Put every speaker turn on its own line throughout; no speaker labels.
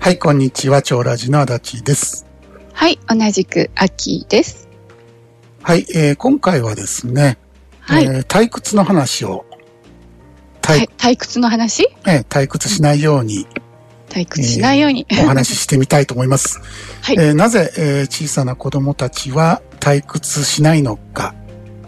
はい、こんにちは。長ラジの足立です。
はい、同じく秋です。
はい、えー今回はですね、
はい、
えー退屈の話を、
は
退
い退屈の話
えー退屈しないように
退屈しないように。
お話ししてみたいと思います。
はい
えーなぜ、えー小さな子供たちは退屈しないのか。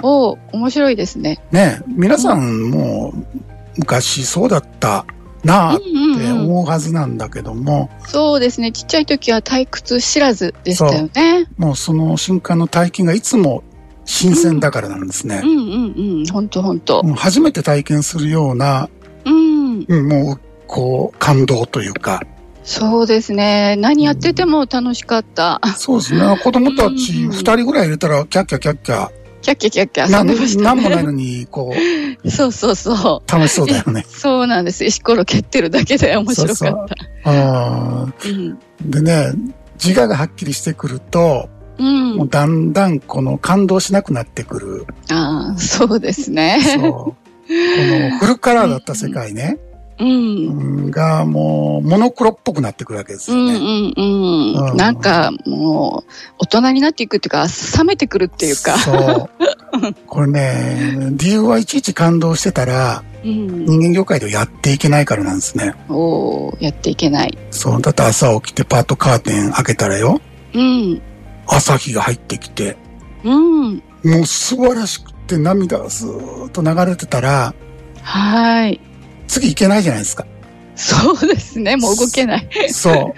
おお、面白いですね。
ねえ、皆さんもう昔そうだったなあ
う
っ
ん
て
うんうん、
思うはずなんだけども、
そうですね。ちっちゃい時は退屈知らずでしたよね。
もうその瞬間の体験がいつも新鮮だからなんですね
う。んうんうん、ほんとほんと。
もう初めて体験するような、
うん、
うんもう、こう、感動というか、
そうですね。何やってても楽しかった。
そうですね。子供たち
うん
二人ぐらい入れたら、キャッキャキャッキャ、
キャッキャキャッキャ
な
遊んでました
なんもない
ね。
のに、こ
そうそうそう。
う、楽しそうだよ ね。
そうなんです。石ころ蹴ってるだけで面白かった。
あ
うん
ーでね、自我がはっきりしてくると、
うん
もうだんだんこの感動しなくなってく る。
ああ、そうです
そう。
ね。
このフルカラーだった世界ね、
うん。
うんがもうモノクロっぽくなってくるわけです
う
よね。
んうん
う
うんん。なんかもう、大人になっていくっていうか、冷めてくるっていうか。
そう。これ ね、理由はいちいち感動してたら、
うん。
人間業界ではやっていけないからなんですね。
おーやっていけない。
そう。だって朝起きてパッとカーテン開けたらよ、
うん。
朝日が入ってきて、
うん。
もう素晴らしくて涙がスーッと流れてたら、
はーい。
次行けないじゃないですか。
そうですね。もう動けない。
そ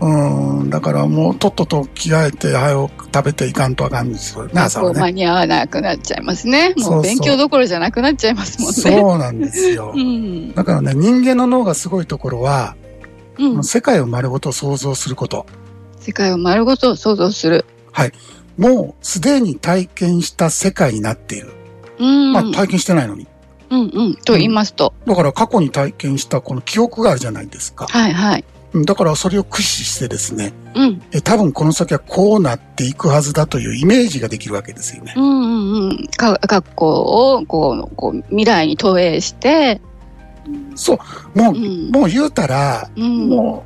う。 うん。だからもうとっとと着替えて、早く食べていかんとあかんですよね、朝
こ
は
う
ね。
間に合わなくなっちゃいますね。
そうそ
も
う
う勉強どころじゃなくなっちゃいますもんね。
そうなんですよ
う。ん。
だからね、人間の脳がすごいところは、
うん。
世界を丸ごと想像すること。
世界を丸ごと想像する。
もうすでに体験した世界になっている。
うん。
まあ体験してないのに。
うんうん。と言いますと。
だから過去に体験したこの記憶があるじゃないですか。
はいはい。
うんだからそれを駆使してですね、
うん。
え多分この先はこうなっていくはずだというイメージができるわけですよね。
うんうんうん。か学校をこう、こう、未来に投影して、
そう、もう、
うん。
もう言うたら、
うん。
も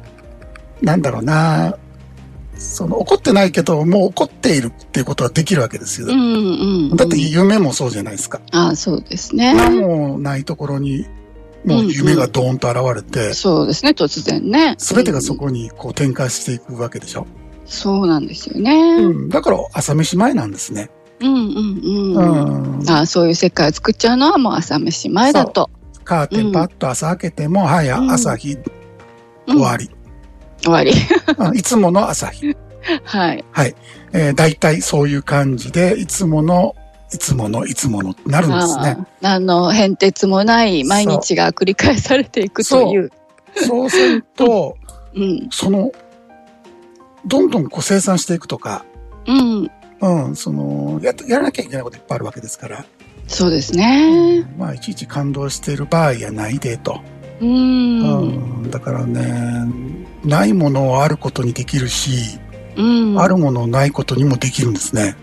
う、なんだろうな、その怒ってないけど、もう怒っているっていうことはできるわけですよ。
うんうんうん、
だって夢もそうじゃないですか。
ああそうですね。
何もないところに、もう夢がドーンと現れて、
そうですね、突然ね。
全てがそ
うん
こにこう展開していくわけでしょ。
そうなんですよね。
うん。だから朝飯前なんですね。
うんうん
う
うん。
ん。
ああそういう世界を作っちゃうのはもう朝飯前だと。
カーテンパッと朝開けても、はい、あ
うん
朝日
うん
終わり。
終わり。
あいつもの朝日。
はい。
えー、大体そういう感じで、いつもの、いつもの、いつものってなるんです
あ
ね。
あ何の変哲もない毎日が繰り返されていくという。
そうすると、
うん。
その、どんどんこう生産していくとか、
うん。
うん、その、やっやらなきゃいけないこといっぱいあるわけですから、
そうですね。
まあ、いちいち感動している場合やないでと。
う。
うんんだからね、ないものをあることにできるし、
うん。
あるものをないことにもできるんですね。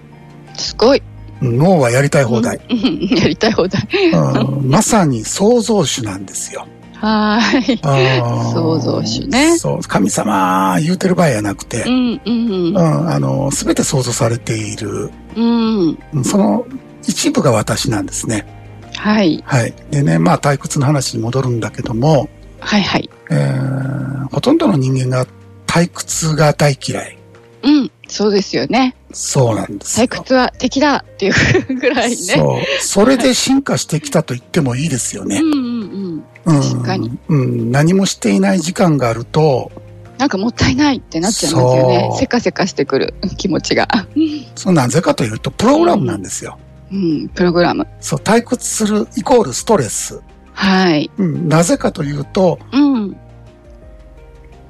すごい。
脳はやりたい放題。
うんやりたい放題。
うんまさに創造主なんですよ。
はーい。
うん
創造主ね
そう、神様言うてる場合やなくて
う、んうん
うん、あの、すべて創造されている、
うん。うん。
うんその一部が私なんですね。
はい。
はい。でね、まあ退屈の話に戻るんだけども、
はいはい。
えーほとんどの人間が退屈が大嫌い。
うん。そうですよね。
そうなんですよ。
採掘は敵だっていうぐらいね。
そう。それで進化してきたと言ってもいいですよね
う。んうんうん。
うん。
確かに
うん。何もしていない時間があると、
なんかもったいないってなっちゃいますよね
そ。う
せかせかしてくる 気持ちが。
そのなぜかというと、プログラムなんですよ。
うん、プログラム。
そう、退屈するイコールストレス。
はい。
うん。なぜかというと、
うん。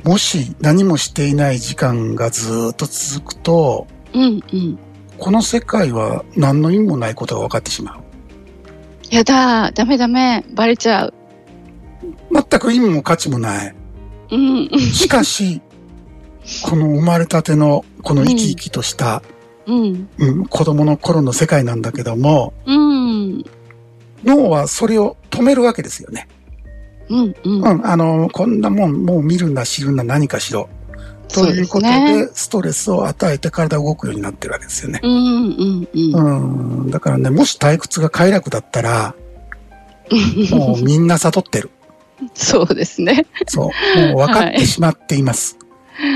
もし何もしていない時間がずーっと続くと、
うんうん。
この世界は何の意味もないことが分かってしまう。
やだー、ダメダメ、バレちゃう。
全く意味も価値もない。
うん
しかし、この生まれたての、この生き生きとした、
うん。
うん、子供の頃の世界なんだけども、
うん。うん。
脳はそれを止めるわけですよね。
うんうん。
うん、あの、こんなもん、もう見るな、知るな、何かしろ。と
そう
い
で
うこ
す
とで、
ね。
ストレスを与えて体が動くようになってるわけですよね。
うんうんうん。
うん、だからね、もし退屈が快楽だった ら、もうみんな悟ってる。
そうですね。
そう。もう分かってしまっています。うん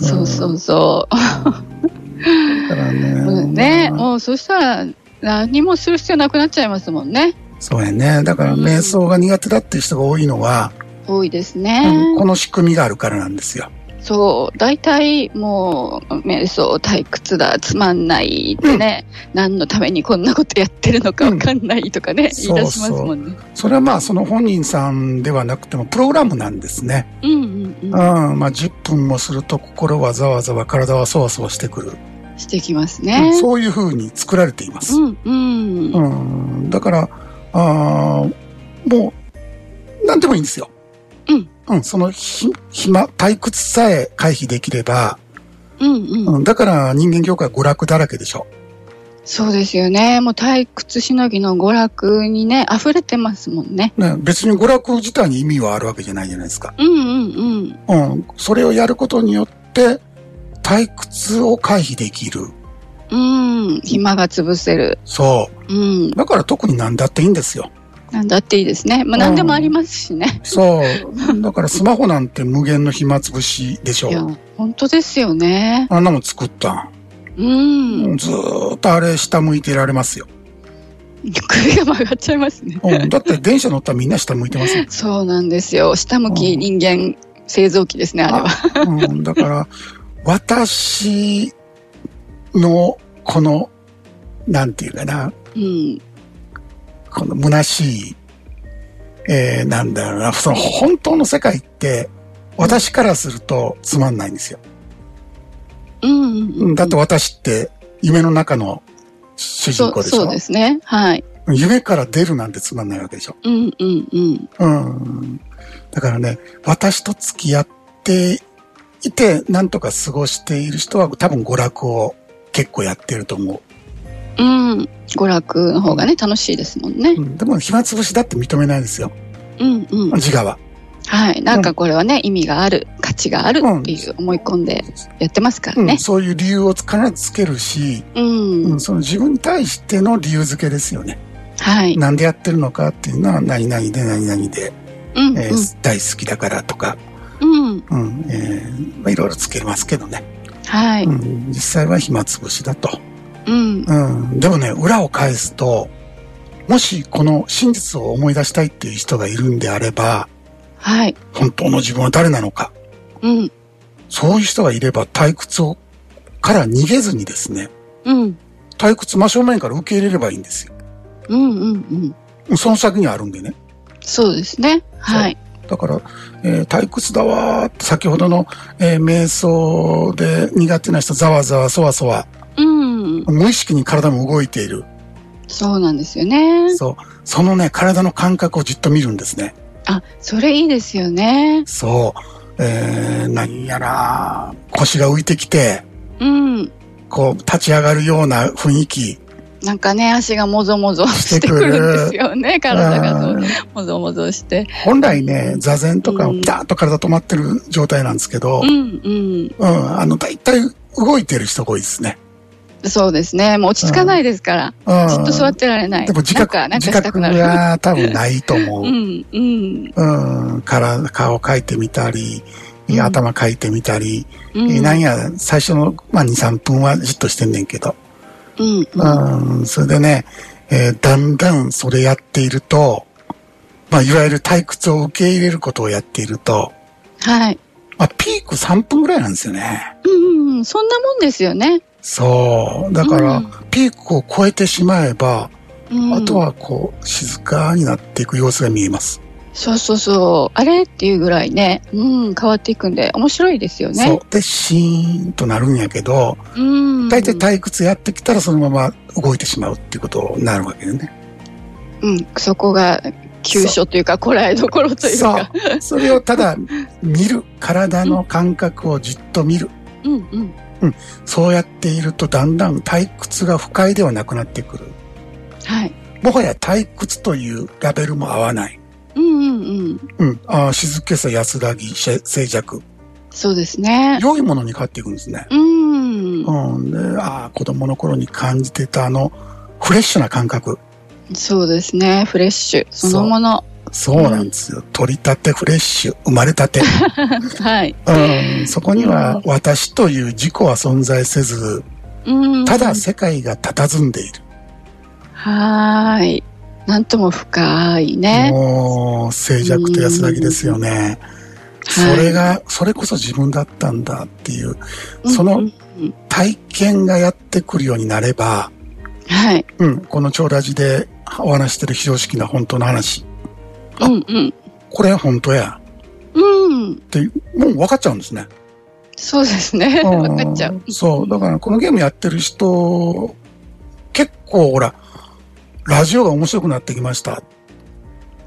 そうそうそう。
だからね。
うんね。
まあ
もうそしたら何もする必要なくなっちゃいますもんね。
そうやね。だから瞑想が苦手だっていう人が多いのは、
多いです
うん
ね。
この仕組みがあるからなんですよ。
そう。大体もう、瞑想退屈だ、つまんないってね、何のためにこんなことやってるのかわかんないとかね、言い出しますもんね。
それはまあその本人さんではなくてもプログラムなんですね。
うんうん
うん。
う
まあ10分もすると心はざわざわ体はそわそわしてくる。
ん。してきます
うん
ね。
そういう風に作られています。
うんうん。
うん、だから、あーもう、なんでもいいんですよ。
うん。
うん、そのひ、暇、退屈さえ回避できれば、
うんうん。
うん、だから人間業界は娯楽だらけでしょ。
そうですよね。もう退屈しのぎの娯楽にね、溢れてますもんね。
ね、別に娯楽自体に意味はあるわけじゃないじゃないですか。
うんうんうん。
うん、それをやることによって、退屈を回避できる。
うん、暇が潰せる。
そ
うん
う。、だから特に何だっていいんですよ。
なんだっていいですね。まあ、
ん
何でもありますしね。
そう。だからスマホなんて無限の暇つぶしでしょ
いや。、本当ですよね。
あんなもん作ったん。
うん。
ずーっとあれ下向いてられますよ。
首が曲がっちゃいますね。。
うん、だって電車乗ったらみんな下向いてますよ
そうなんですよ。下向き人間製造機ですね、あれは。
うん、だから、私のこの、なんていうかな、
うん。
この虚しい、えー、なんだろうな、その本当の世界って、私からするとつまんないんですよ。
うんうん
うんだって私って夢の中の主
そ
人公
う
でし
そ
ょ
うですね。はい。
夢から出るなんてつまんないわけでしょ
うんうんうん。
うん。だからね、私と付き合っていて、なんとか過ごしている人は多分娯楽を結構やってると思
うん。娯楽の方がね、楽しいですもんね
う。う。ん、でも暇つぶしだって認めないですよ。
うんうん。
自我は。
はい。なんかこれはね、意味がある、価値があるっていう思い込んでやってますから
うん
ね。
そういう理由を必ずつけるし、
うん。
うん、その自分に対しての理由付けですよね。
はい。
なんでやってるのかっていうのは、何々で何々で、
うん
えー大好きだからとか、
うん。うん。
うん、えーまあいろいろつけますけどね。
はい。
うん、実際は暇つぶしだと。
うん。
うん、でもね、裏を返すと、もしこの真実を思い出したいっていう人がいるんであれば、
はい。
本当の自分は誰なのか、
うん。
そういう人がいれば退屈をから逃げずにですね、
うん。
退屈真正面から受け入れればいいんですよ。
うんうんうん。
その先にあるんでね。
そうですね。はい。
だから、えー退屈だわーって先ほどの、えー瞑想で苦手な人、ざわざわ、そわそわ、
うん。
無意識に体も動いている。
そうなんですよね。
そう。そのね、体の感覚をじっと見るんですね。
あ、それいいですよね。
そう。えー、何やら、腰が浮いてきて、
うん。
こう、立ち上がるような雰囲気。
なんかね、足がもぞもぞしてくるんですよね。体がそう
うん
もぞもぞして。
本来ね、座禅とか、
うん
ピタッと体止まってる状態なんですけど
う、ん
うん、あの、大体動いてる人が多いですね。
うん。そうですね。もう落ち着かないですから。
うん。
ずっと座ってられない。
でも自覚、
なんか、なんか
自
した
覚
くなる。
が多分ないと思
う
う。
ん、うん。
うん、から、顔描いてみたり、
うん
頭描いてみたり、
う
えー
ん。
なんや、最初の、まあ、2、3分はじっとしてんねんけど、
うん。
うん、それでね、えーだんだんそれやっていると、まあ、いわゆる退屈を受け入れることをやっていると、
はい。
まあ、ピーク3分ぐらいなんですよね。
うんうん。そんなもんですよね。
そう。だから、
うん
ピークを超えてしまえば、
うん、
あとはこう、静かになっていく様子が見えます。
そうそうそう。あれっていうぐらいね、うん、変わっていくんで、面白いですよ
そ
ね。
う。で、シーンとなるんやけど、
うん。
大体退屈やってきたらそのまま動いてしまうっていうことになるわけよね。
うん、そこが急所というか、こらえどころという
そ
か。
う。それをただ見る。体の感覚をじっと見る。
うんうん。
そうやっているとだんだん退屈が不快ではなくなってくる。
はい。
もはや退屈というラベルも合わない。
うんうんう
う
ん。
ん。ああ、静けさ、安らぎ、し静 寂。
そうですね。
良いものに変わっていくんですね。
うん。
うん。で、ああ、子供の頃に感じてたあの、フレッシュな感覚。
そうですね。フレッシュそのもの。
そうなんですよ。取り立て、フレッシュ、生まれた て。
はい。
うん。そこには、私という自己は存在せず、
うん。
ただ世界が佇んでいる。
はーい。なんとも深いね。
もう、静寂と安らぎですよね。そ
はい
れが、それこそ自分だったんだっていう、そ
うんう
の
ん
体験がやってくるようになれば、
はい。
うん、この超ラジでお話してる非常識な本当の話、あ
うんうん。
これ本当や、
うん。
って、もう分かっちゃうんですね。
そうですね。
うん
分かっちゃう。
そう、だからこのゲームやってる人、結構ほら、ラジオが面白くなってきました。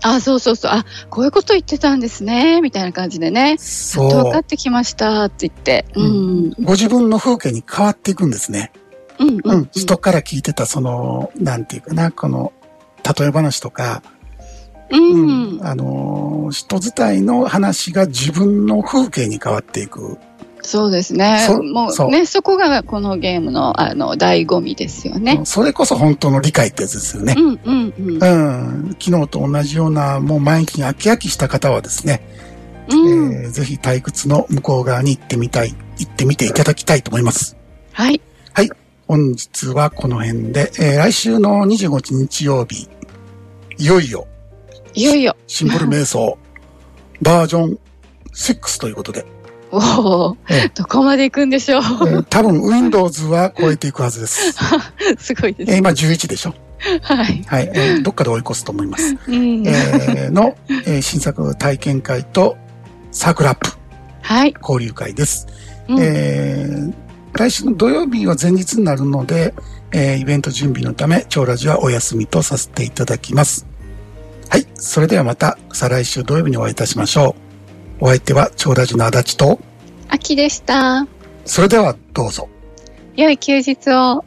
あ、そうそうそう。あ、こういうこと言ってたんですね。みたいな感じでね。
そ
分かっ
う。
てきましたって言って。う。
うんご自分の風景に変わっていくんですね。
うん。う
うんん、。人から聞いてたその、なんていうかな、この、例え話とか、
う。
うんあのー人伝いの話が自分の風景に変わっていく。
そうですね。
そ
も
そう
うね、そこがこのゲームの、あの、醍醐味ですよね。
それこそ本当の理解ってやつですよね
う。んうんうん
う。ん、昨日と同じような、もう毎日に飽き飽きした方はですね、
うん。
えーぜひ退屈の向こう側に行ってみたい、行ってみていただきたいと思います。
はい。
本日はこの辺で、えー来週の25日日曜日、いよいよ
いよいよ。
シンボル瞑 想バージョン6ということで、
おお
ええ、
どこまで行くんでしょう。
えー多分 Windows は超えていくはず です。
すごいで
えー
す。
今11でしょ
はい。
はい、えーどっかで追い越すと思います。
うん。
えーの、えー新作体験会とサークルアップ
はい。
交流会です。
うん
えー来週の土曜日は前日になるので、えーイベント準備のため、超ラジはお休みとさせていただきます。はい。それではまた、再来週土曜日にお会いいたしましょう。お相手は超ラジの足立と、
秋でした。
それではどうぞ。
良い休日を。